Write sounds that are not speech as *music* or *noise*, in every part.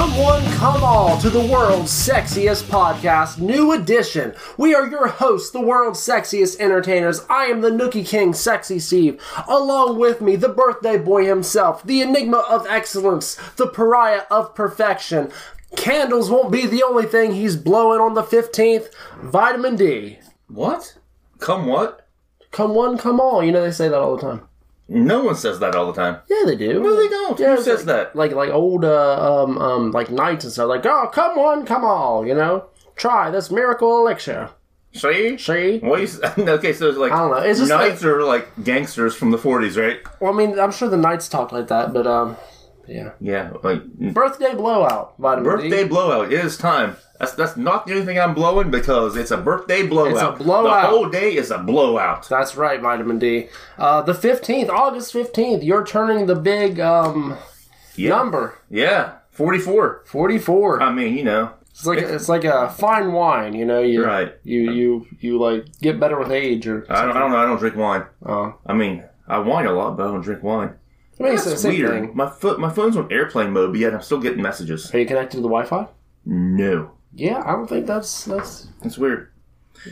Come all to the world's sexiest podcast, new edition. We are your hosts, the world's sexiest entertainers. I am the Nookie King, Sexy Steve. Along with me, the birthday boy himself, the enigma of excellence, the pariah of perfection. Candles won't be the only thing he's blowing on the 15th. Vitamin D. What? Come what? Come one, come all. You know they say that all the time. No one says that all the time. Yeah, they do. No, they don't. Yeah, Who it's says like, that? Like like old uh, um um like knights and stuff. Like oh come on come on you know try this miracle elixir. See? See? What you, s- *laughs* okay, so it's like I don't know. It's just knights are like gangsters from the forties, right? Well, I mean I'm sure the knights talk like that, but um yeah. Yeah, like Birthday blowout vitamin D. birthday blowout. It is time. That's that's not the only thing I'm blowing because it's a birthday blowout. blowout. The whole day is a blowout. That's right, vitamin D. Uh, the fifteenth, August fifteenth, you're turning the big um Yeah. number Yeah. Forty four. forty four. I mean, you know. It's like it's like a fine wine, you know. You, Right. You you you like get better with age or. I don't, I don't know, I don't drink wine. Uh, I mean, I wine a lot, but I don't drink wine. I mean, it's the That's same weird. thing. My foot my phone's on airplane mode, but yet I'm still getting messages. Are you connected to the Wi-Fi? No. Yeah, I don't think that's that's It's weird.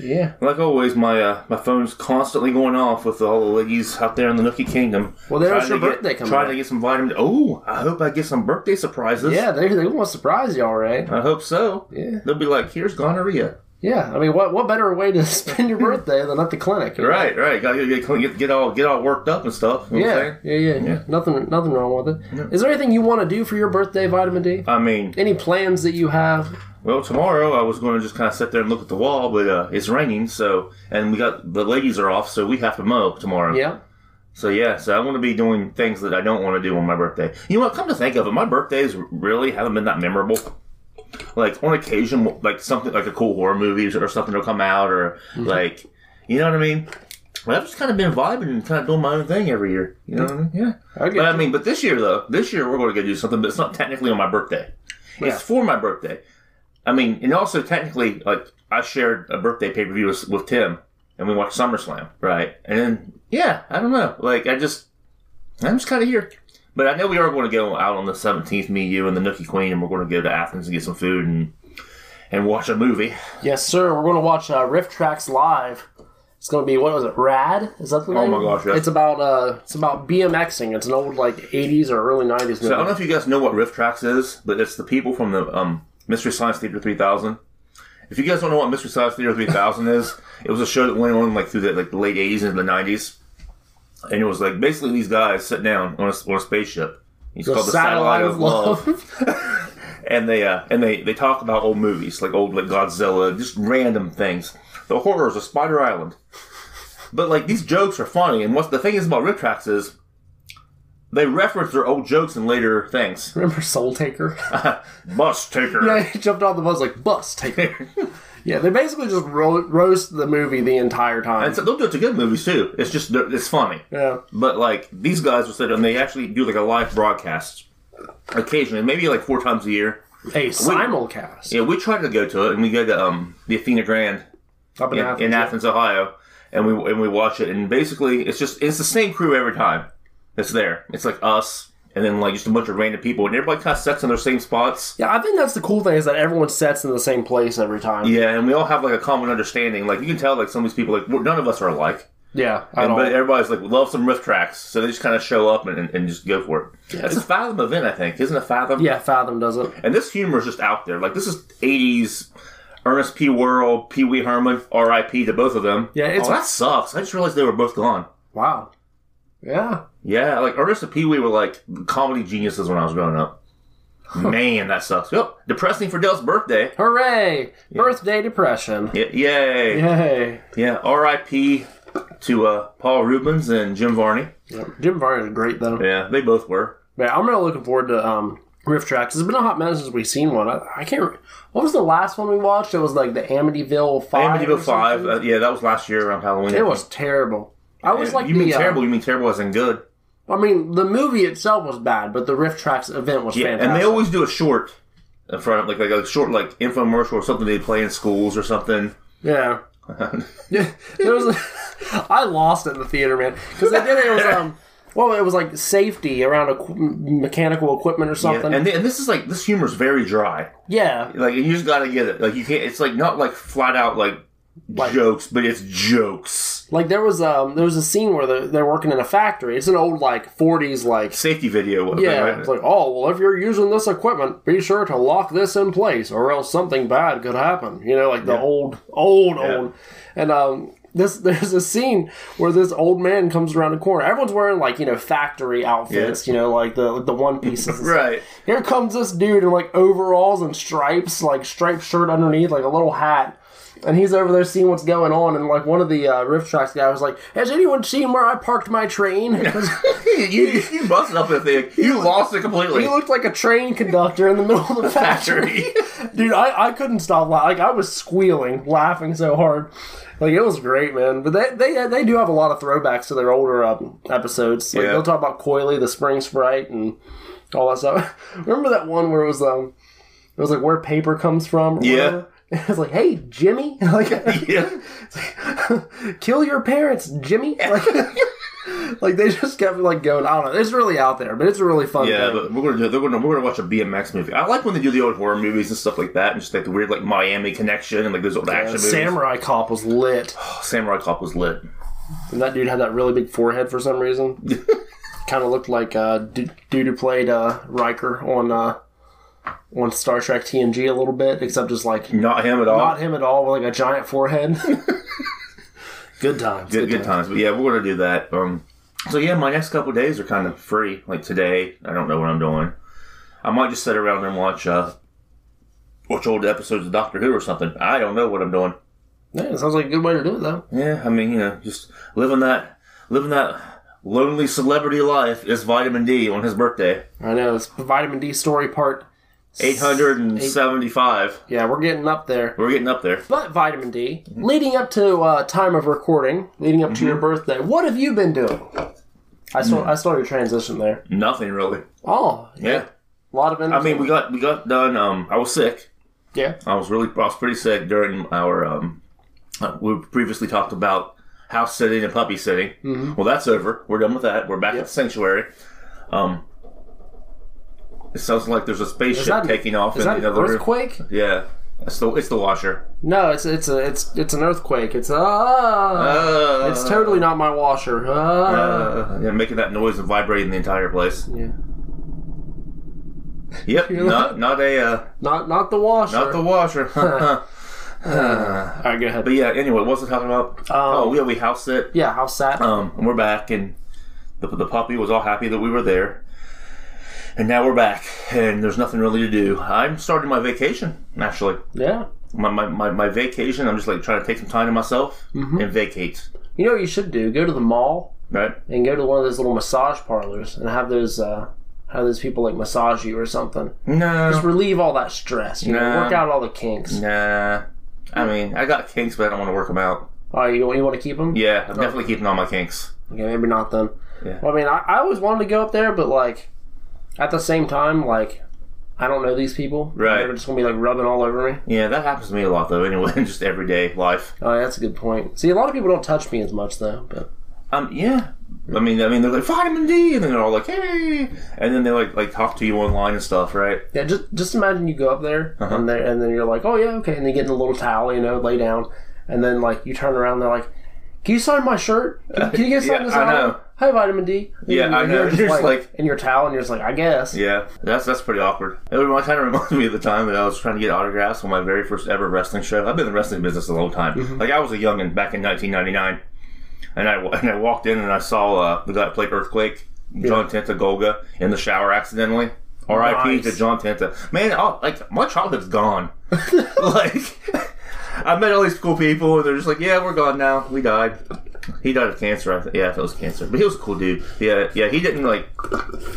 yeah. Like always, my uh, my phone's constantly going off with all the ladies out there in the Nookie Kingdom. Well, there's Trying your to get- birthday coming Trying up. to get some vitamin. Oh, I hope I get some birthday surprises. Yeah, they they want to surprise y'all, right? I hope so. Yeah. They'll be like, "Here's gonorrhea." Yeah, I mean, what what better way to *laughs* spend your birthday than at the clinic? you know? Right, right. Got to get, get get all get all worked up and stuff. You know what I'm Yeah, saying? yeah, yeah, Yeah. Nothing, nothing wrong with it. Is there anything you want to do for your birthday, Vitamin D? I mean, Any plans that you have? well, tomorrow I was going to just kind of sit there and look at the wall, but uh, it's raining, so and we got the ladies are off, so we have to mow tomorrow. Yeah. So yeah, so I want to be doing things that I don't want to do on my birthday. You know what? Come to think of it, my birthdays really haven't been that memorable. Like on occasion, like something like a cool horror movie or something will come out, or like, you know what I mean. But I've just kind of been vibing and kind of doing my own thing every year. You know what I mean? Yeah. I get But I you. mean, but this year though, this year we're going to go do something, but it's not technically on my birthday. Yeah. It's for my birthday. I mean, and also technically, like I shared a birthday pay per view with, with Tim, and we watched SummerSlam, right? And then, yeah, I don't know. Like I just, I'm just kind of here. But I know we are going to go out on the 17th, me, you, and the Nookie Queen, and we're going to go to Athens and get some food and and watch a movie. Yes, sir. We're going to watch uh, Riff Tracks live. It's going to be what was it? Rad? Is that the name? Oh my gosh, yes. It's about uh, it's about BMXing. It's an old like '80s or early '90s movie. So I don't know if you guys know what Rift Tracks is, but it's the people from the um, Mystery Science Theater 3000. If you guys don't know what Mystery Science Theater 3000 is, it was a show that went on like through the like the late 80s and the 90s, and it was like basically these guys sit down on a, on a spaceship. It's The called the Satellite, of Love, *laughs* and they uh, and they they talk about old movies like old like Godzilla, just random things. The horrors of Spider Island. But like these jokes are funny, and what's the thing is about Rift Tracks is they reference their old jokes in later things. Remember Soul Taker? Bus *laughs* taker. Yeah, he jumped off the bus like bus *laughs* taker. yeah, they basically just ro- roast the movie the entire time. And so they'll do it to good movies too. It's just they're- it's funny. yeah, But like these guys will sit and they actually do like a live broadcast occasionally, maybe like four times a year. a simulcast Yeah, we try to go to it and we go to um the Athena Grand up in in, Athens. in Athens, Ohio, and we and we watch it and basically it's just it's the same crew every time. It's there. It's like us and then like just a bunch of random people and everybody kind of sits in their same spots. yeah, I think that's the cool thing is that everyone sets in the same place every time. Yeah, Yeah, and we all have like a common understanding. Like you can tell, like some of these people, like we're- none of us are alike. I And, don't. but everybody's like, love some riff tracks. So they just kind of show up and, and, and just go for it. It's a Fathom event, I think. Isn't it Fathom? yeah, Fathom does it. And this humor is just out there. Like, this is 80s Ernest P. Worrell, Pee Wee Herman, R.I.P. to both of them. Yeah, it's- Oh, that sucks. I just realized they were both gone. Wow. Yeah. Yeah, like Ernest and Pee Wee were like comedy geniuses when I was growing up. Man, that sucks. Yep. Depressing for Dell's birthday. Hooray! Birthday depression. Y- yay. Yeah. Yay. R.I.P. to uh, Paul Rubens and Jim Varney. Yep. Jim Varney's great though. Yeah, they both were. But I'm really looking forward to um, Rift Tracks. It's been a hot minute since we've seen one. I, I can't. Re- what was the last one we watched? It was like the Amityville Five. or Amityville Five. something? Uh, yeah, that was last year around Halloween. It was terrible. I was like, you mean the, uh, terrible? You mean terrible as in good? I mean, the movie itself was bad, but the Rift Tracks event was Yeah, fantastic. and they always do a short in front of like like a short like infomercial or something they play in schools or something. *laughs* yeah. *laughs* Yeah, there was. I lost it in the theater, man, because they did it. It was um, Well, it was like safety around equ- mechanical equipment or Yeah. something. Yeah, And, th- and this is like this humor's very dry. Like you just gotta get it. Like you can't. It's like not like flat out like, Like- jokes, but it's jokes. like there was um there was a scene where they're, they're working in a factory. It's an old like 40s like Safety video. of it, yeah. right? It's like oh well, if you're using this equipment, be sure to lock this in place, or else something bad could happen. You know, like the old old Yeah. old and um. This, *laughs* there's a scene where this old man comes around the corner. Everyone's wearing like you know factory outfits, you know like the the *laughs* one pieces. and right. Here comes this dude in like overalls and stripes, like striped shirt underneath, like a little hat. And he's over there seeing what's going on, and like one of the uh, riff tracks guy was like, "Has anyone seen where I parked my train?" *laughs* 'Cause you you busted up the thing. You lost it completely. he looked like a train conductor in the middle *laughs* of the factory. Factory. Dude, I, I couldn't stop laughing. Like I was squealing, laughing so hard. Like it was great, man. But they they, they do have a lot of throwbacks to their older um, episodes. Like Yeah. they'll talk about Coily, the Spring Sprite, and all that stuff. *laughs* Remember that one where it was um, it was like where paper comes from. Or Yeah. whatever? *laughs* It was like, hey Jimmy, *laughs* like yeah. kill your parents, Jimmy. *laughs* Like, like they just kept like going. I don't know. It's really out there, but it's a really fun. Yeah, thing. but we're gonna do. They're gonna we're gonna watch a BMX movie. I like when they do the old horror movies and stuff like that, and just like the weird like Miami connection and like those old action movies. Samurai Cop was lit. Oh, Samurai Cop was lit. And that dude had that really big forehead for some reason. kind of looked like uh, d- dude who played uh, Riker on uh, on Star Trek TNG a little bit, except just like Not him at all. not him at all with like a giant forehead. good times. good, good times. But yeah, we're gonna do that. Um, so yeah, my next couple days are kind of free. Like today, I don't know what I'm doing. I might just sit around and watch uh, watch old episodes of Doctor Who or something. I don't know what I'm doing. Yeah, it sounds like a good way to do it though. Yeah, I mean, you know, just living that living that lonely celebrity life is vitamin D on his birthday. I know it's vitamin D story part. Eight hundred and seventy-five. Yeah, we're getting up there. We're getting up there. But vitamin D, leading up to uh, time of recording, leading up to your birthday, what have you been doing? I saw I saw your transition there. Nothing really. Oh, Yeah. a lot of I mean, we got we got done. Um, I was sick. yeah. I was really, I was pretty sick during our. Um, uh, we previously talked about house sitting and puppy sitting. Mm-hmm. Well, that's over. We're done with that. We're back at the sanctuary. Um, it sounds like there's a spaceship that- taking off Is in that an another room. earthquake? Yeah, it's the it's the washer. No, it's it's a it's it's an earthquake. It's ah, Uh, it's totally not my washer. Ah. Uh, yeah, making that noise and vibrating the entire place. yeah. Yep, not not a uh, Not not the washer. not the washer. *laughs* *laughs* All right, go ahead. but yeah, anyway, what was I talking about? Um, oh yeah, we house sit. yeah, how sad. Um, and we're back, and the, the puppy was all happy that we were there. And now we're back, and there's nothing really to do. I'm starting my vacation, actually. yeah. My, my, my, my vacation, I'm just like trying to take some time to myself and vacate, You know what you should do? Go to the mall right? and go to one of those little massage parlors and have those uh have those people like massage you or something. No. Relieve all that stress. You know, Nah. work out all the kinks. Nah. I mean, I got kinks, but I don't want to work them out. Oh, you you want to keep them? Yeah, I'm definitely keeping all my kinks. Okay, maybe not then. Yeah. Well, I mean, I, I always wanted to go up there, but like, at the same time, like, I don't know these people. Right. They're just gonna be like rubbing all over me. Yeah, that happens to me a lot, though, anyway, *laughs* in just everyday life. Oh, that's a good point. See, a lot of people don't touch me as much though. But Um, yeah. I mean, I mean, they're like vitamin D, and then they're all like, "Hey," and then they like like talk to you online and stuff, right? yeah, just just imagine you go up there Uh-huh. and there, and then you're like, oh yeah, okay, and they get in a little towel, you know, lay down, and then like you turn around, and they're like, can you sign my shirt? Can, can you *laughs* get Yeah, signed this I out? know. Hi, vitamin D. Yeah, And I know. *laughs* You're just You're just like, like- in your towel, and you're just like, I guess. Yeah, that's that's pretty awkward. It reminds, kind of reminds me of the time that I was trying to get autographs on my very first ever wrestling show. I've been in the wrestling business a long time. Like I was a youngin' back in 1999, and I and I walked in and I saw uh, the guy that played Earthquake, John Tenta Golga, in the shower accidentally. R.I.P. Nice. to John Tenta. Man, all, like my childhood's gone. like *laughs* I met all these cool people, and they're just like, "Yeah, we're gone now. We died." He died of cancer. I th- yeah, I thought it was cancer, but he was a cool dude. Yeah, yeah. He didn't like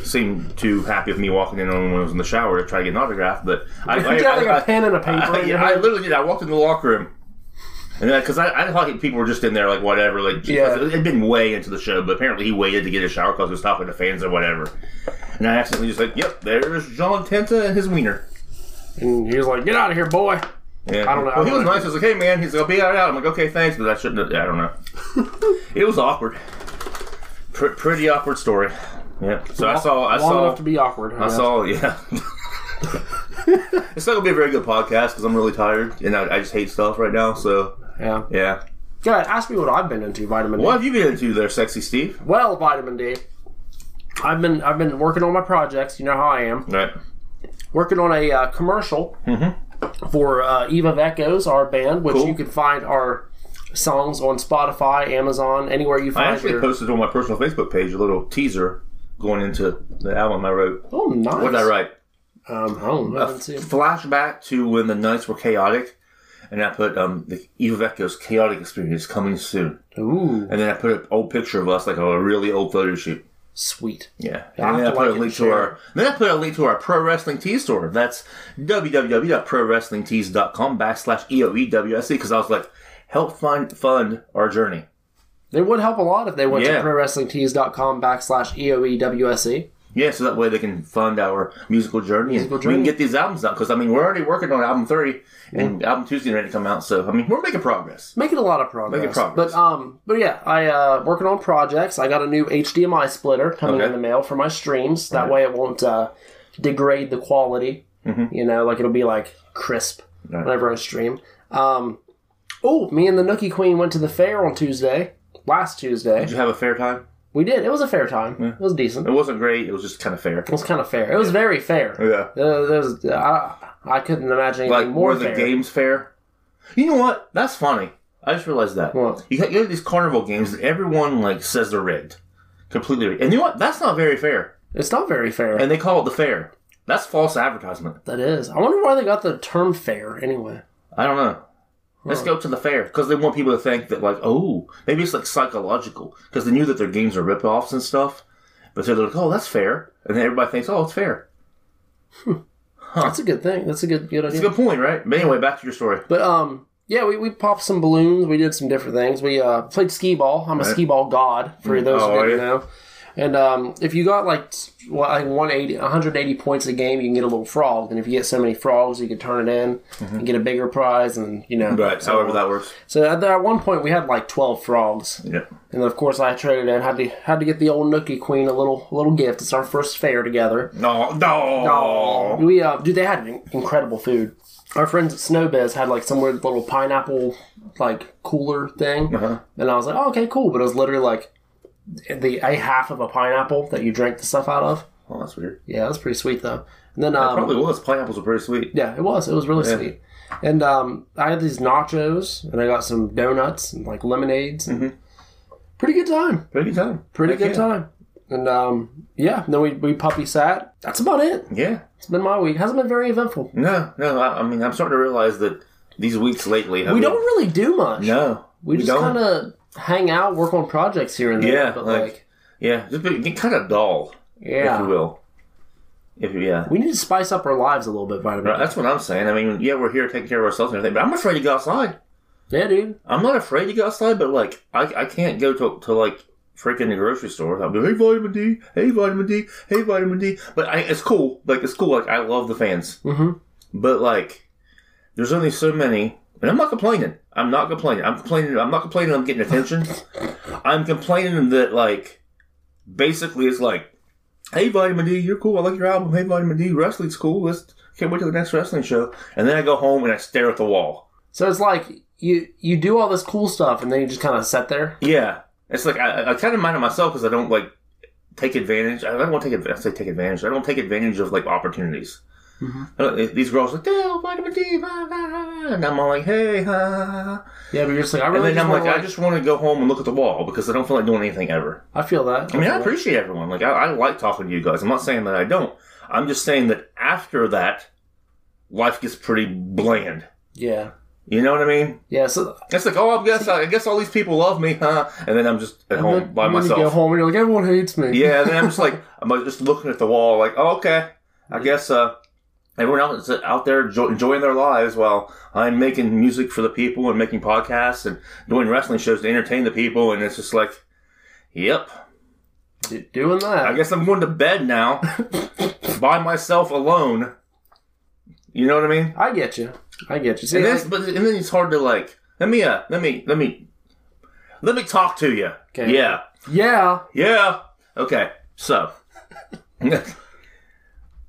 seem too happy with me walking in on when I was in the shower to try to get an autograph, but I, *laughs* I, You got like a I, pen and a paper. I- in your I hand. literally did. I walked in the locker room, and because I, I thought people were just in there like whatever, like Yeah. it had been way into the show, but apparently he waited to get a shower because he was talking to fans or whatever. And I accidentally just like, yep, there's John Tenta and his wiener. and he was like, get out of here, boy. Yeah. I don't know. Well, he was I don't know. nice. He was like, hey man, he's gonna be out. I'm like, okay, thanks, but I shouldn't. have- I don't know. it was awkward. Pr- pretty awkward story. Yeah. So I saw. I Long saw. enough to be awkward. I saw. Yeah. *laughs* it's not gonna be a very good podcast because I'm really tired and I, I just hate stuff right now. So Yeah. yeah. Go ahead. Ask me what I've been into. Vitamin D. What have you been into there, sexy Steve? Well, vitamin D. I've been I've been working on my projects. You know how I am. Right. Working on a uh, commercial for uh, Eve of Echoes, our band, which Mm-hmm. Cool. you can find our songs on Spotify, Amazon, anywhere you I find actually your. posted on my personal Facebook page a little teaser going into the album I wrote. oh, nice. What did I write? Um, I don't know. I didn't see it. Flashback to when the nights were chaotic, and I put um the Eva Vecchio's chaotic experience coming soon, Ooh, and then I put an old picture of us like a really old photo shoot. sweet. Yeah, I and then I have to put like a and link to share. our then I put a link to our pro wrestling tees store. That's www.prowrestlingtees.com backslash E eoewsc because I was like, help find fund our journey. It would help a lot if they went Yeah. to prowrestlingtees.com backslash E EOEWSE. Yeah, so that way they can fund our musical journey and we journey. can get these albums out because I mean we're already working on album three Mm. and album Tuesday ready to come out. So I mean we're making progress. Making a lot of progress. Making progress. But um but yeah, I uh working on projects. I got a new HDMI splitter coming Okay. in the mail for my streams. That way it won't uh degrade the quality. You know, like it'll be like crisp Mm-hmm. Right. whenever I stream. Um Oh, me and the Nookie Queen went to the fair on Tuesday. Last Tuesday. Did you have a fair time? We did. It was a fair time. It was decent. It It wasn't great. It was just kind of fair. was kind of fair. It was very fair. Yeah, Uh, there's, I, I couldn't imagine anything like more more the fair. games fair. You know what? That's funny. I just realized that. What? You got you have these carnival games that everyone like says they're rigged, completely rigged. And you know what? That's not very fair. It's not very fair. And they call it the fair. That's false advertisement. that is. I wonder why they got the term fair anyway. I don't know. Let's go to the fair because they want people to think that like, oh, maybe it's like psychological because they knew that their games are ripoffs and stuff, but so they're like, oh, that's fair, and then everybody thinks, oh, it's fair. That's a good thing. That's a good good idea. It's a good point, right? But anyway, back to your story. But um, yeah, we, we popped some balloons. We did some different things. We uh, played skee ball. I'm a skee ball god for those Oh, who are you? didn't know. And um, if you got like well, like 180, 180 points a game, you can get a little frog. And if you get so many frogs, you can turn it in and get a bigger prize. And you know, Mm-hmm. Right. so However on. that works. So at, at one point, we had like 12 frogs. Yeah. And of course, I traded in. Had to had to get the old Nookie Queen a little little gift. It's our first fair together. No. No. We uh, dude, they had in- incredible food. Our friends at Snowbiz had like some weird little pineapple like cooler thing, Uh-huh. and I was like, oh, okay, cool. But it was literally like the a half of a pineapple that you drink the stuff out of. Oh, that's weird. Yeah, that's pretty sweet though. And then um, Probably was. Pineapples are pretty sweet. yeah, it was. It was really sweet. And um, I had these nachos, and I got some donuts and like lemonades. And Pretty good time. Pretty good time. pretty Mm-hmm. Heck good yeah. time. And um, yeah, then we, we puppy sat. That's about it. Yeah. It's been my week. Hasn't been very eventful. No, no. I, I mean, I'm starting to realize that these weeks lately, have We don't really do much. No, we, just kind of hang out, work on projects here and there. Yeah, but like- like, yeah, just be, get kind of dull, if yeah, you will. If you, yeah, we need to spice up our lives a little bit, vitamin. Right, that's what I'm saying. I mean, yeah, we're here taking care of ourselves and everything, but I'm afraid to go outside. D. Yeah, dude. I'm not afraid to go outside, but like, I, I can't go to, to like freaking the grocery store. I'll be hey vitamin D, hey vitamin D, hey vitamin D. But I, it's cool. Like it's cool. Like I love the fans, hmm but like, there's only so many. And I'm not complaining. I'm not complaining. I'm complaining. I'm not complaining. I'm getting attention. I'm complaining that like, basically, it's like, hey vitamin D, you're cool. I like your album. Hey vitamin D, wrestling's cool. Let's can't wait till the next wrestling show. And then I go home and I stare at the wall. So it's like you you do all this cool stuff, and then you just kind of sit there. Yeah, it's like I, I kind of mind at myself because I don't like take advantage. I don't want to take advantage. I say take advantage. I don't take advantage of like opportunities. Mhm. I don't- these girls are like, oh, vitamin D, blah, blah, blah," and I'm all like, hey, ha, ha, ha. Yeah, but you're just like I and really. then Just I'm like, wanna, I just want to go home and look at the wall because I don't feel like doing anything ever. I feel that. I feel mean, I that. appreciate everyone. Like, I, I like talking to you guys. I'm not saying that I don't. I'm just saying that after that, life gets pretty bland. Yeah, You know what I mean? yeah. So It's like, oh, I guess I guess all these people love me, huh? And then I'm just at home and then, by and then you myself. go home, and you're like, everyone hates me. Yeah, and then I'm just like, I'm like, just looking at the wall, like, oh, okay, I guess uh, everyone else is out there enjoy- enjoying their lives while I'm making music for the people and making podcasts and doing wrestling shows to entertain the people, and it's just like, yep, D- doing that. I guess I'm going to bed now by myself alone. You know what I mean? I get you. I get you. See, And like- then, but and then it's hard to like. Let me, uh, let me, let me, let me talk to you. Okay. Yeah, Yeah. Yeah. Okay. So. *laughs*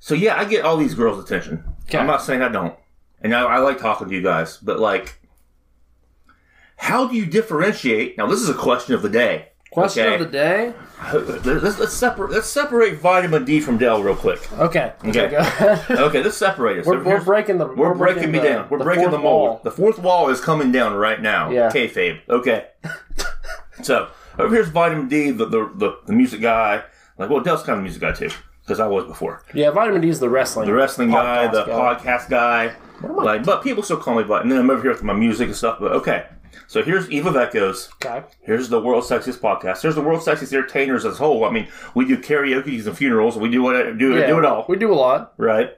so yeah, I get all these girls' attention. Okay. I'm not saying I don't, and I, I like talking to you guys, but like, how do you differentiate? Now, this is a question of the day. Question okay? of the day. Let's, let's separate. Let's separate vitamin D from Dell real quick. Okay. *laughs* Okay. Go ahead. Okay, let's separate us. we're, we're Here's- breaking the. we're breaking me the- down. We're breaking fourth the mold. wall. The fourth wall is coming down right now. Yeah. Kayfabe. *laughs* Okay. so over here's Vitamin D, the the, the, the music guy. Like, well, Dell's kind of a music guy too, because I was before. Yeah, vitamin D is the wrestling. The wrestling guy, Podcast the guy. podcast guy. Like, but people still call me Vitamin. And then I'm over here with my music and stuff. But okay. So here's Eva Vecos. Okay. Here's the world's sexiest podcast. Here's the world's sexiest entertainers as a whole. I mean, we do karaoke and funerals. We do what do Yeah, do it all. We do a lot. Right.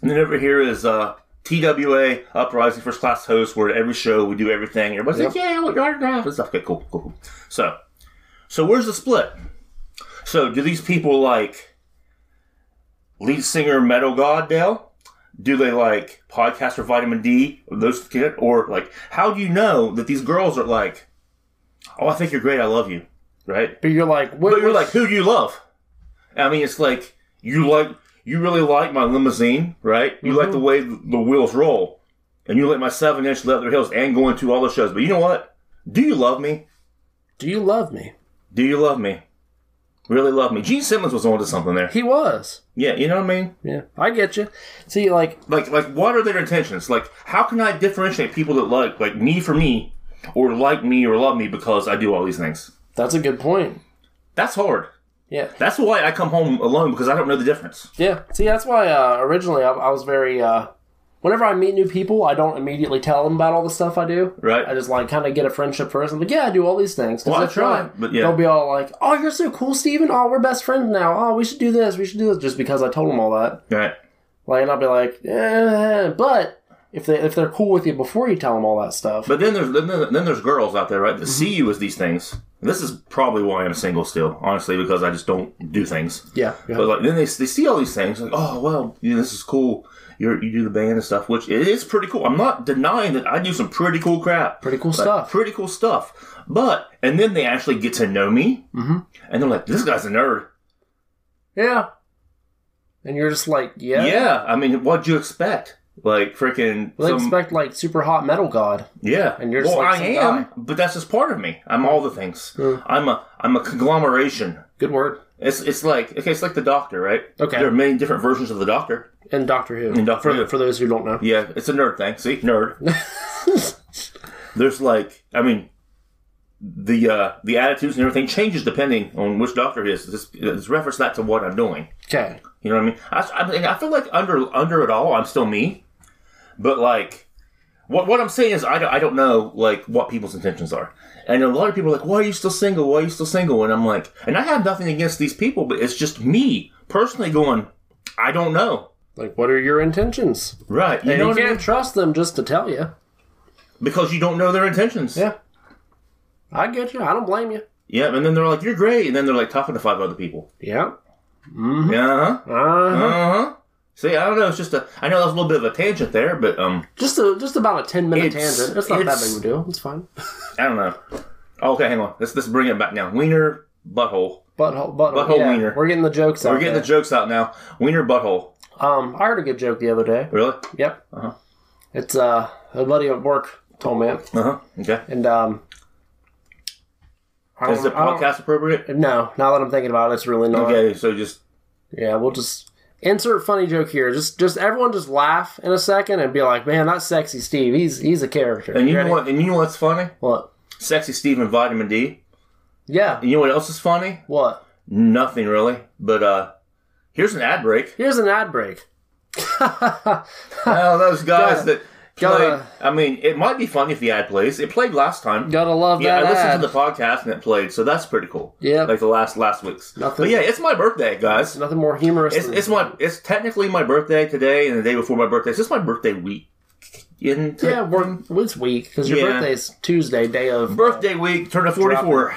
And then over here is uh, TWA Uprising First Class Host, where at every show we do everything. Everybody's like, yeah, I want your autograph and stuff. Okay, cool, cool, cool. So, so where's the split? So, do these people like lead singer Metal God Dale? Do they like podcaster Vitamin D? Those kid or like, how do you know that these girls are like, oh, I think you're great, I love you, right? But you're like, what, But you're like, who do you love? I mean, it's like you like you really like my limousine, right? You like Mm-hmm. the way th- the wheels roll, and you like my seven-inch leather heels and going to all the shows. But you know what? Do you love me? do you love me? Do you love me? Really love me? Gene Simmons was onto something there. He was. Yeah, you know what I mean. Yeah, I get you. See, like, Like, like, what are their intentions? Like, how can I differentiate people that like like me for me, or like me or love me because I do all these things? that's a good point. That's hard. Yeah, That's why I come home alone because I don't know the difference. yeah. See, that's why uh, originally I, I was very. Uh, whenever I meet new people, I don't immediately tell them about all the stuff I do. Right. I just like kind of get a friendship first. I'm like, yeah, I do all these things. 'Cause Well, I that's try, right. but yeah. they'll be all like, "Oh, you're so cool, Steven. Oh, we're best friends now. Oh, we should do this. We should do this." Just because I told them all that. Right. Like, and I'll be like, eh. but if they if they're cool with you before you tell them all that stuff, But then there's then, then there's girls out there, right? That Mm-hmm. see you as these things. And this is probably why I'm single still, honestly, because I just don't do things. yeah, yeah. But like then they, they see all these things, like oh well, you know, this is cool. You you do the band and stuff, which it is pretty cool. I'm not denying that I do some pretty cool crap, pretty cool Like, stuff. pretty cool stuff. But and then they actually get to know me, Mhm. and they're like, this guy's a nerd. yeah, and you're just like, yeah, Yeah, I mean, what'd you expect? Like freaking Well, They some- expect like super hot metal god. Yeah, And you're just well, like I some am, guy. but that's just part of me. I'm all the things. Mm. I'm a I'm a conglomeration. Good word. It's it's like okay, it's like the Doctor, right? Okay. There are many different versions of the Doctor. And Doctor Who. And Doctor for, Who. for those who don't know. *sighs* Yeah, it's a nerd thing. See, nerd. *laughs* There's like, I mean, the uh, the attitudes and everything changes depending on which Doctor it is. This it's reference that to what I'm doing. Okay. You know what I mean? I, I, mean, I feel like under under it all, I'm still me. But like, what what I'm saying is, I don't, I don't know like what people's intentions are. And a lot of people are like, "Why are you still single? Why are you still single?" And I'm like, and I have nothing against these people, but it's just me personally going, I don't know. Like, what are your intentions? Right? You And know you what I can't mean? trust them just to tell you. Because you don't know their intentions. Yeah. I get you. I don't blame you. Yeah. And then they're like, "You're great," and then they're like talking to five other people. Yeah. Yeah. Uh huh. Uh, Uh huh. See, I don't know. It's just a. I know that's a little bit of a tangent there, but um. Just a, just about a ten minute It's- tangent. It's not that it's- big of a deal. It's fine. I don't know. Okay, hang on. Let's let's bring it back now. Wiener butthole. Butthole, butthole, Butthole yeah. wiener. We're getting the jokes out. We're getting the jokes out now. Wiener butthole. the. Um, I heard a good joke the other day. Really? Yep. Uh-huh. It's uh, a buddy at work told me, it. Uh huh. Okay. and um. I Is don't- it I don't- podcast appropriate? No, now that I'm thinking about it, it's really not. Okay, so just Yeah, we'll just insert funny joke here. Just just everyone just laugh in a second and be like, "Man, that's sexy Steve. He's he's a character." and you Ready? know what? And you know what's funny? What? Sexy Steve and Vitamin D. Yeah. And you know what else is funny? What? Nothing really. But uh, here's an *laughs* ad break. Here's an ad break. Oh, those Gotta- guys that played. gotta- I mean, it might be funny if the ad plays. It played last time. Gotta love Yeah, I that listened ad. to the podcast and it played, so that's pretty cool. Yep. like the last last week's. Nothing- But yeah, it's my birthday, guys. Nothing more humorous. It's, than it's my it's technically my birthday today and the day before my birthday. It's just my birthday week. In yeah, we're, it's week because your Yeah. birthday's Tuesday, day of birthday week, turn to forty four.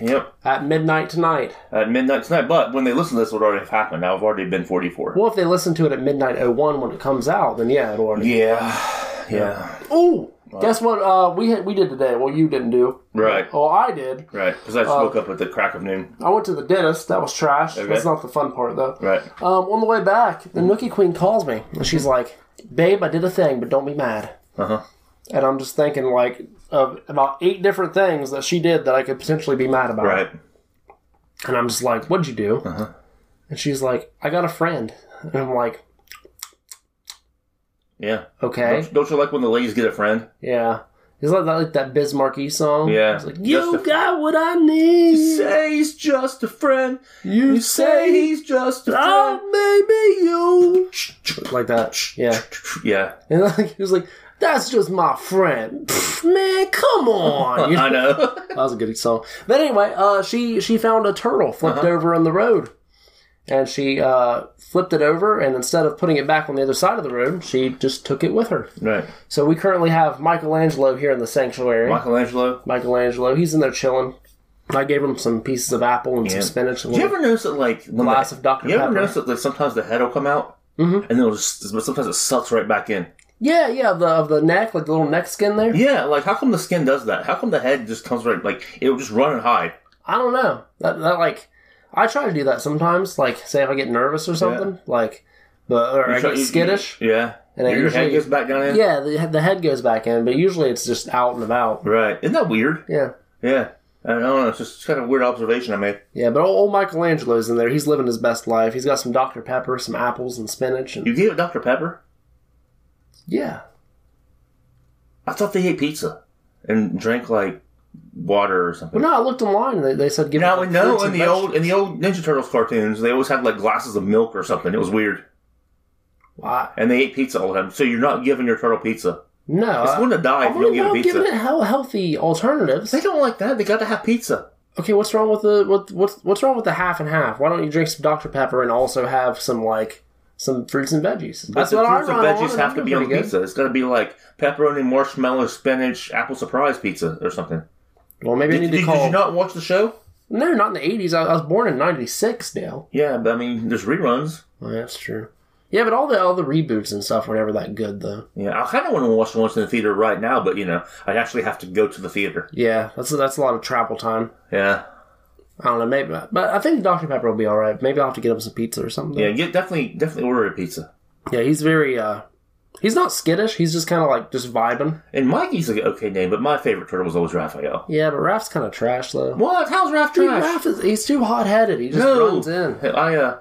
Yep, at midnight tonight. at midnight tonight. But when they listen to this, it would already have happened. I've already been forty four. Well, if they listen to it at midnight 01 when it comes out, then yeah, it'll already. Yeah, yeah. Oh, Guess what? Uh, we had, we did today. Well, you didn't do. Right. Oh, I did. Right. Because I just woke up at the crack of noon. I went to the dentist. That was trash. Okay. That's not the fun part though. Right. Um, on the way back, the Nookie Queen calls me and she's like, "Babe, I did a thing, but don't be mad." Uh huh. And I'm just thinking like of about eight different things that she did that I could potentially be mad about. Right. Uh-huh. And I'm just like, "What'd you do?" And she's like, "I got a friend." And I'm like, Yeah. "Okay, Don't, don't you like when the ladies get a friend? yeah." Is that like that Biz Markie song? Yeah. It's like, Just "You a- got what I need." Say he's just a friend. You say he's just a Oh, maybe you. *laughs* Like that. Yeah. *laughs* Yeah. And *laughs* like, he was like, that's just my friend. *laughs* Pfft, man, come *laughs* on. You know, I know. that was a good song. But anyway, uh, she, she found a turtle flipped over on the road. And she uh, flipped it over, and instead of putting it back on the other side of the road, she just took it with her. right. So we currently have Michelangelo here in the sanctuary. Michelangelo. Michelangelo, he's in there chilling. I gave him some pieces of apple and some spinach. And Do you ever notice that, like, when Glass the, of Dr. You ever Pepper. Mm-hmm. notice that, like, sometimes the head will come out, and then it'll just, but sometimes it sucks right back in. Yeah, yeah, of the of the neck, like the little neck skin there. Yeah, like, how come the skin does that? How come the head just comes right, like, it'll just run and hide? I don't know. That that like I try to do that sometimes. Like say if I get nervous or something, like but or I You try- get you- skittish. Yeah. And then your head usually- gets back down in? Yeah, the the head goes back in, but usually it's just out and about. Right. Isn't that weird? Yeah, Yeah. I don't know. It's just kind of a weird observation I made. yeah. But old, old Michelangelo's in there. He's living his best life. He's got some Dr Pepper, some apples, and spinach, and You gave it Dr. Pepper? yeah. I thought they ate pizza and drank, like, water or something. But no, I looked online. And they, they said give Now we it know fruits in and the old in vegetables. the old Ninja Turtles cartoons, they always had like glasses of milk or something. It was weird, I, and they ate pizza all the time. So you're not giving your turtle pizza. no, It's going to I, die I if you want to don't give it know pizza. giving it hel- healthy alternatives. they don't like that. They got to have pizza. Okay, what's wrong with the what, what's what's wrong with the half and half? Why don't you drink some Dr Pepper and also have some like some fruits and veggies? But the fruits and run on, veggies and have I'm to be doing on pretty good. pizza. It's got to be like pepperoni, marshmallow, spinach, apple surprise pizza or something. Well, maybe Did, I need did- to did call. you not watch the show? No, not in the eighties. I, I was born in ninety six. Dale, Yeah, but I mean, there's reruns. well, that's true. Yeah, but all the all the reboots and stuff were never that good though. Yeah, I kind of want to watch the ones in the theater right now, but you know, I'd actually have to go to the theater. Yeah, that's that's a lot of travel time. Yeah, I don't know, maybe, but I think Dr Pepper will be all right. Maybe I'll have to get him some pizza or something. yeah, get definitely definitely order a pizza. yeah. He's very uh, he's not skittish. He's just kind of like just vibing. And Mikey's an okay name, but my favorite turtle was always Raphael. Yeah, but Raph's kind of trash though. What? How's Raph Dude, trash? Raph is, he's too hot headed. He just runs in. I, uh,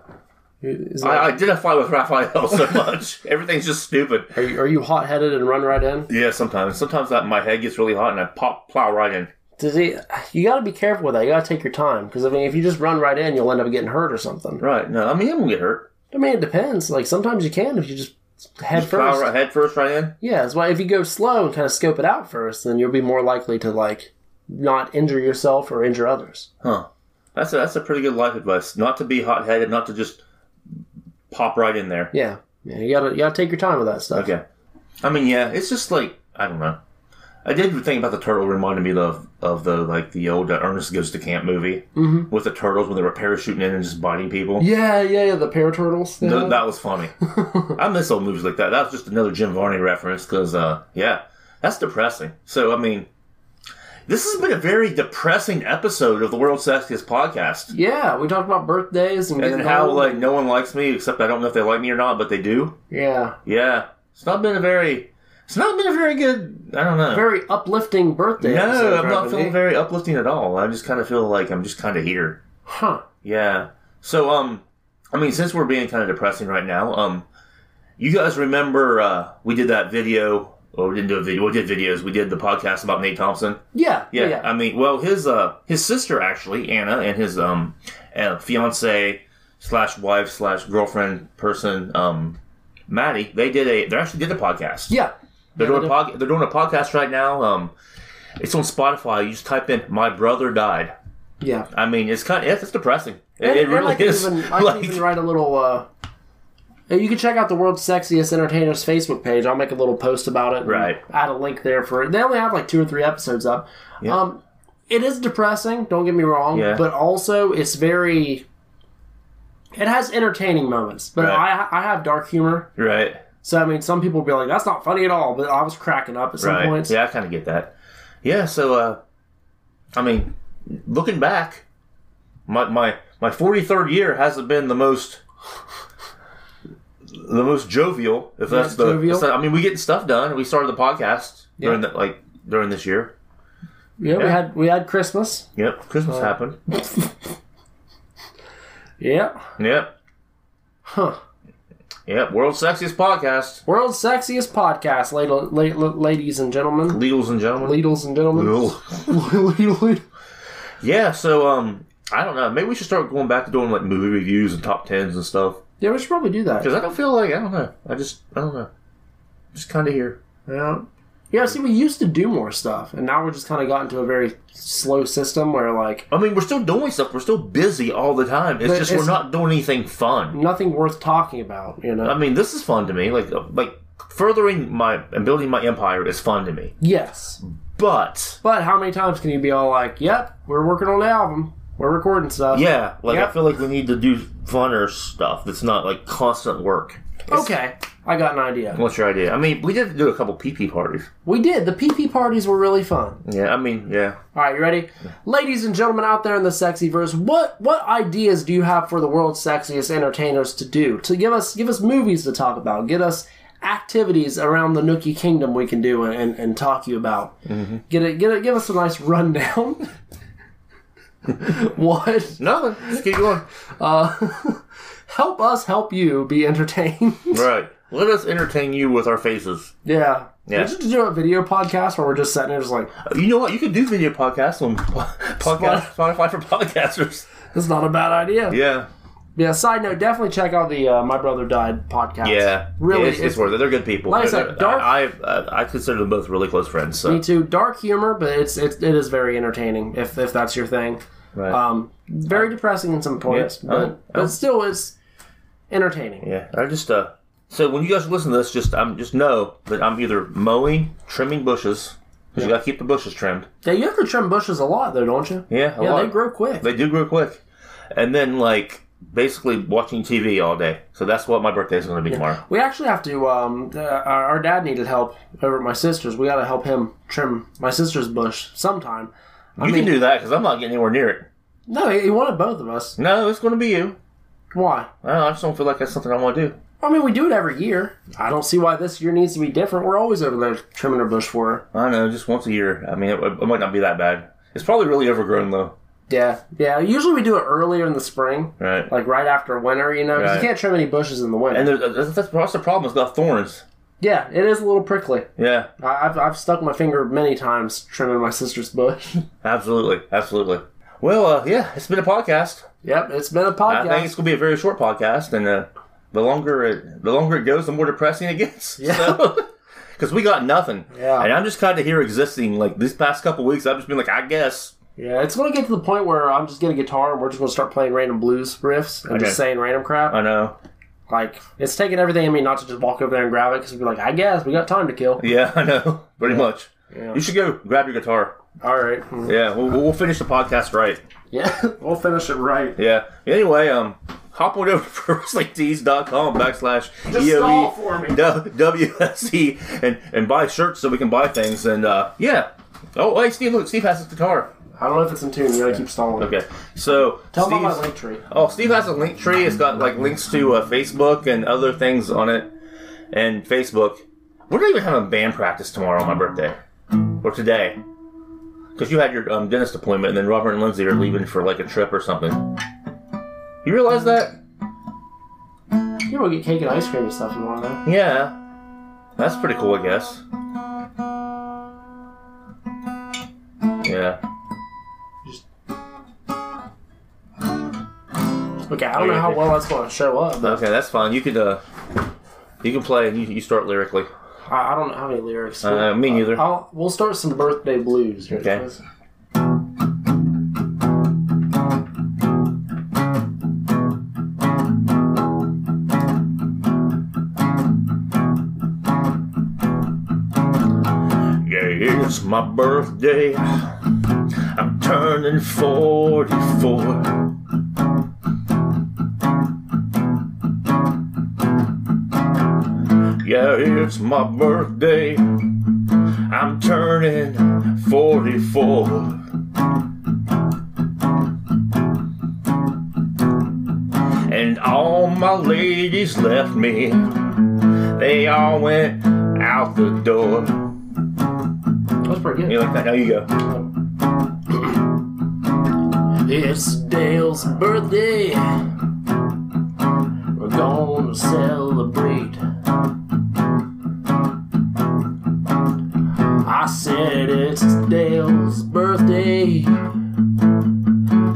Is I that- identify with Raphael *laughs* so much. Everything's just stupid. are you, are you hot headed and run right in? Yeah, sometimes. Sometimes that, my head gets really hot and I pop plow right in. Does he, you got to be careful with that. You got to take your time because I mean, if you just run right in, you'll end up getting hurt or something. Right. No, I mean, I won't get hurt. I mean, it depends. Like sometimes you can if you just head Just plow first. right, head first right in. Yeah, that's why if you go slow and kind of scope it out first, then you'll be more likely to like not injure yourself or injure others. Huh. That's a, that's a pretty good life advice. Not to be hot headed, not to just pop right in there. Yeah, yeah. You gotta you gotta take your time with that stuff. Okay. I mean, yeah, it's just like I don't know. I did think about the turtle reminded me of of the like the old uh, Ernest Goes to Camp movie Mm-hmm. with the turtles when they were parachuting in and just biting people. Yeah, yeah, yeah. The paraturtles. Yeah. Th- that was funny. I miss old movies like that. That was just another Jim Varney reference because, uh, yeah, that's depressing. So, I mean, this has been a very depressing episode of the World's Sexiest Podcast. yeah, we talked about birthdays and, And getting then how old. like no one likes me except I don't know if they like me or not, but they do. yeah, Yeah, it's not been a very, it's not been a very good. I don't know. very uplifting birthday. episode, no, I'm not Robin. feeling very uplifting at all. I just kind of feel like I'm just kind of here. Huh. Yeah. So, um, I mean, since we're being kind of depressing right now, um, you guys remember uh, we did that video, or we didn't do a video. We did videos. We did the podcast about Nate Thompson. Yeah, Yeah. yeah, yeah. I mean, well, his uh, his sister actually, Anna, and his um, uh, fiance slash wife slash girlfriend person, um, Maddie. They did a. They actually did a podcast. Yeah. They're Yeah, doing they a pod, They're doing a podcast right now. Um, it's on Spotify. You just type in "My brother died." Yeah. I mean, it's kind of it's depressing. It, And- it and really I could is. *laughs* Even, I like, can even write a little. Uh, hey, you can check out the world's sexiest entertainers Facebook page. I'll make a little post about it. and Right. Add a link there for it. They only have like two or three episodes up. Um, it is depressing. Don't get me wrong. Yeah. But also, it's very. It has entertaining moments, but Right. I I have dark humor, right? So I mean, some people will be like, "That's not funny at all," but I was cracking up at some right. points. Yeah, I kind of get that. Yeah, so uh, I mean, looking back, my my my forty third year hasn't been the most the most jovial. If that's Most the jovial? I mean, we getting stuff done. We started the podcast Yeah. during the like during this year. Yeah, we Yeah. had we had Christmas. Yep, Christmas Uh, happened. Yeah, Yep, huh? yep. World's sexiest podcast, World's sexiest podcast, lad- la- la- ladies and gentlemen, legals and gentlemen. Lidles and gentlemen. Ugh. Lidle- lidle. Yeah, so um, I don't know. Maybe we should start going back to doing like movie reviews and top tens and stuff. *laughs* yeah, we should probably do that. Because I don't feel like I don't know. I just I don't know. Just kind of here. Yeah. Yeah, see, we used to do more stuff, and now we're just kind of got into a very slow system where, like, I mean, we're still doing stuff. We're still busy all the time. It's But just it's- we're not doing anything fun. nothing worth talking about, you know? I mean, this is fun to me. Like uh, like furthering my and building my empire is fun to me. yes. But But how many times can you be all like, yep, we're working on the album, we're recording stuff? yeah, like Yep. I feel like we need to do funner stuff that's not like constant work. Okay, I got an idea. What's your idea? I mean, we did do a couple PP parties. We did. The PP parties were really fun. Yeah, I mean, yeah. All right, you ready? Ladies and gentlemen out there in the sexy verse, what what ideas do you have for the world's sexiest entertainers to do? To give us give us movies to talk about, get us activities around the Nookie Kingdom we can do and, and, and talk to you about. Get it get it give us a nice rundown. what? uh, No, just keep going. Help us help you be entertained. *laughs* right. Let us entertain you with our faces. yeah. Yeah. We should do a video podcast where we're just sitting there just like, You know what? You can do video podcasts *laughs* on po- podcast, Spotify for podcasters. this is not a bad idea. Yeah, Yeah, side note, definitely check out the uh, My Brother Died podcast. yeah, Really, It's, it's worth it. They're good people. Like I said, They're- Darth- I, I I consider them both really close friends. So Me too. Dark humor, but it's it, it is very entertaining if if that's your thing. right. Um, very depressing in some points, Uh, Yeah. but Oh, but oh. still it's entertaining. yeah, I just uh. So when you guys listen to this, just I'm just know that I'm either mowing, trimming bushes. 'cause You gotta keep the bushes trimmed. Yeah, you have to trim bushes a lot though, don't you? Yeah, a Yeah, lot. they grow quick. They do grow quick. And then like basically watching TV all day. So that's what my birthday is going to be tomorrow. we actually have to. Um, uh, our, our dad needed help over at my sister's. We got to help him trim my sister's bush sometime. You can do that because I'm not getting anywhere near it. No, he, he wanted both of us. No, it's going to be you. Why? I, don't know, I just don't feel like that's something I want to do. I mean, we do it every year. I don't see why this year needs to be different. We're always over there trimming her bush for her. I don't know, just once a year. I mean, it, it might not be that bad. It's probably really overgrown though. Yeah, yeah. Usually we do it earlier in the spring. Right. like right after winter, you know, 'cause Right. you can't trim any bushes in the winter. and there's, uh, that's, that's that's the problem. It's got thorns. yeah, it is a little prickly. Yeah, I, I've, I've stuck my finger many times trimming my *laughs* sister's bush. absolutely, absolutely. Well, uh, yeah, it's been a podcast. yep, it's been a I think podcast. it's gonna be a very short podcast, and uh, the longer it the longer it goes, the more depressing it gets. *laughs* Yeah. Because we got nothing. Yeah. And I'm just kind of here existing. Like these past couple weeks, I've just been like, I guess. yeah, it's going to get to the point where I'm just getting a guitar and we're just going to start playing random blues riffs and Okay. Uh, just saying random crap. I know. like, it's taking everything in me not to just walk over there and grab it because we'd be like, I guess we got time to kill. Yeah, *laughs* I know. Pretty much. Yeah. You should go grab your guitar. All right. Mm. Yeah, we'll, we'll finish the podcast right. Yeah, *laughs* we'll finish it right. Yeah. Anyway, um, hop on over *laughs* to wrestlingtees.com backslash Just stall for me. EOE W- WSE and, and buy shirts so we can buy things. And uh, yeah. Oh, hey, Steve, look, Steve has his guitar. I don't know if it's in tune. You got to keep stalling. Okay. So, Tell them about my Steve's- link tree. Oh, Steve has a link tree. It's got like links to uh, Facebook and other things on it. And Facebook. We're not even having band practice tomorrow on my birthday. Or today. Because you had your um, dentist appointment, and then Robert and Lindsay are leaving for like a trip or something. You realize that? You will get cake and ice cream and stuff in one of them. Yeah. That's pretty cool, I guess. Yeah. Okay, I don't know how well that's going to show up. But Okay, that's fine. You could, uh, you can play and you, you start lyrically. I, I don't know how many lyrics. Uh, me neither. I'll, we'll start some birthday blues. Here Okay. Yeah, it's my birthday. I'm turning 44. Yeah, yeah, it's my birthday. I'm turning 44. And all my ladies left me. They all went out the door. That's pretty good. You like that? Now you go. It's Dale's birthday. We're gonna celebrate. I said it's Dale's birthday.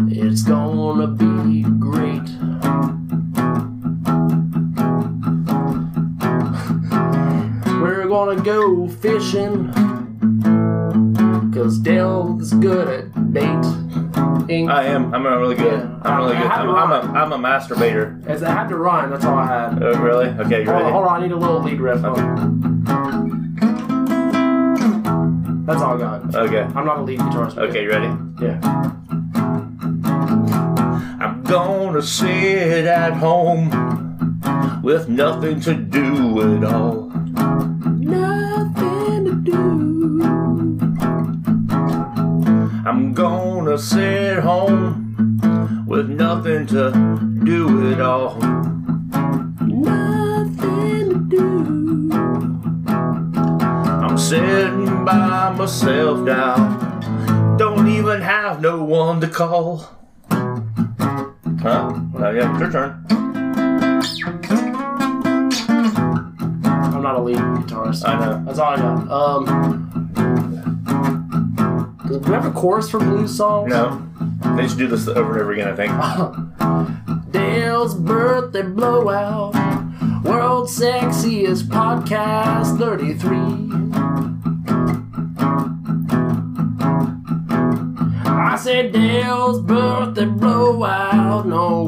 It's gonna be great. We're gonna go fishing. Cause Dale's good at baiting. I am. I'm a really good. I'm really good. I'm, I'm a. I'm a masturbator. As I had to rhyme, that's all I had. Oh, really? Okay, you Hold on, hold ready? on, I need a little lead riff. Hold on. That's all I got. Okay. I'm not a lead guitarist. but Okay, you ready? Yeah. I'm gonna sit at home with nothing to do at all. Nothing to do. I'm gonna sit home with nothing to do at all. Nothing to do. I'm sitting by myself now. Don't even have no one to call. Huh? Uh, yeah, your turn. I'm not a lead guitarist. I know. That's all I got. Um. Do we have a chorus for blues songs? No. They should do this over and over again, I think. Dale's birthday blowout. World sexiest podcast 33. I said Dale's birthday blowout. No.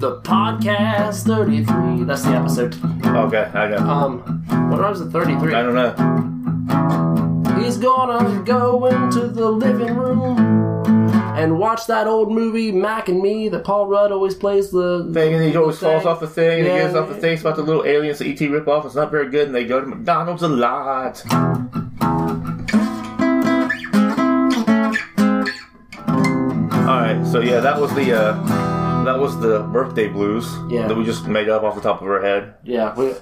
The podcast 33. That's the episode. Okay, Oh, I know. Um, what rhymes with 33? I don't know. He's gonna go into the living room and watch that old movie Mac and Me that Paul Rudd always plays the Thing, and he always thing. falls off the thing, and he Yeah. gets off the thing. It's about the little aliens that ET rip off. It's not very good, and they go to McDonald's a lot. Alright, so yeah, that was the uh, that was the birthday blues Yeah. that we just made up off the top of our head. Yeah, we,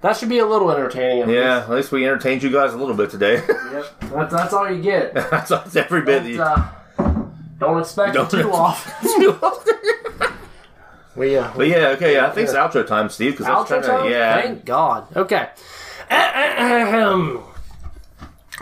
that should be a little entertaining. at Yeah, at least we entertained you guys a little bit today. *laughs* least. Yep. That's, that's all you get. that's, that's every bit. But, that you- uh, don't expect Don't it too ex- often. *laughs* we, uh, but yeah, okay, yeah, I think it's outro time, Steve. Because I was outro trying time? to, yeah, Thank God. Okay. Ahem.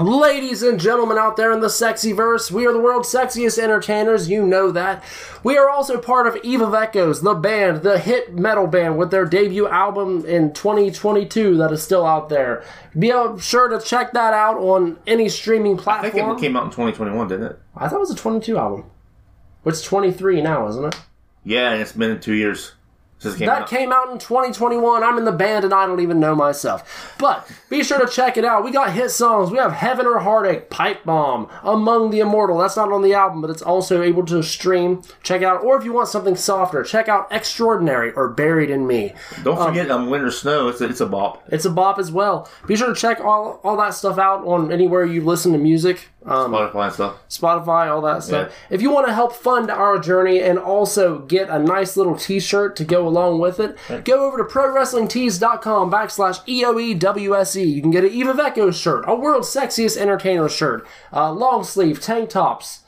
Ladies and gentlemen out there in the sexy verse, we are the world's sexiest entertainers, you know that. We are also part of Eva Echoes, the band, the hit metal band with their debut album in 2022 that is still out there. Be uh, sure to check that out on any streaming I platform. think it came out in 2021, didn't it? I thought it was a 22 album. It's 23 now, isn't it? Yeah, and it's been two years since it came That out. came out in 2021. I'm in the band and I don't even know myself. But be sure to check it out. We got hit songs. We have Heaven or Heartache, Pipe Bomb, Among the Immortal. That's not on the album, but it's also able to stream. Check it out. Or if you want something softer, check out Extraordinary or Buried in Me. Don't forget, um, Winter Snow. It's a, it's a bop. It's a bop as well. Be sure to check all, all that stuff out on anywhere you listen to music. Um, Spotify and stuff. Spotify, all that stuff. If you want to help fund our journey and also get a nice little t-shirt to go along with it, go over to prowrestlingtees.com backslash E EOEWSE. You can get an Eva Vecco shirt, a world's sexiest entertainer shirt, uh, long sleeve, tank tops,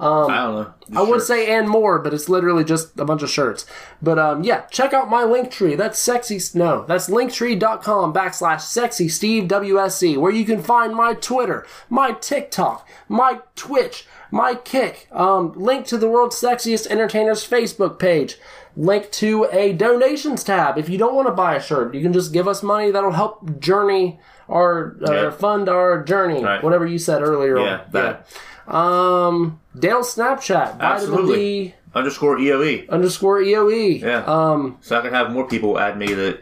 I don't know. um, I would say and more, but it's literally just a bunch of shirts. But um, yeah, check out my Linktree. That's sexy. No, that's linktree.com backslash sexy Steve WSC, where you can find my Twitter, my TikTok, my Twitch, my Kick. Um, link to the world's sexiest entertainers Facebook page. Link to a donations tab. If you don't want to buy a shirt, you can just give us money. That'll help journey our uh, Yeah. fund our journey. Right. Whatever you said earlier. Yeah, that. Um, Dale Snapchat, vitamin Absolutely. D underscore EOE. underscore EOE. Yeah. Um, So I can have more people add me that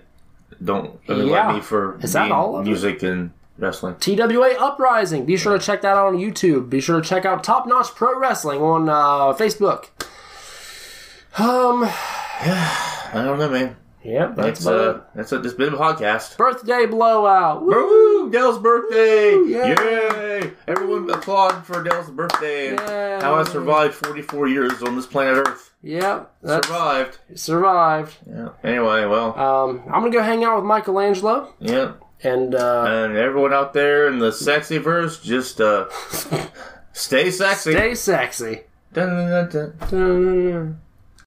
don't I mean, Yeah. like me for Is that being all of it? music and wrestling. TWA Uprising. Be sure to check that out on YouTube. Be sure to check out Top Notch Pro Wrestling on uh, Facebook. Um, I don't know, man. Yep, that's That's about uh, it. that's what this bit of podcast. Birthday blowout. Woo! Woo! Dell's birthday! Woo, yeah. Yay! Everyone applaud for Dell's birthday and Yay. how I survived 44 years on this planet Earth. Yep, that's survived. survived. Yeah. Anyway, well, Um, I'm gonna go hang out with Michelangelo yeah. and uh, And everyone out there in the sexy verse, just uh, stay sexy. stay sexy. Dun, dun, dun, dun. Dun, dun, dun.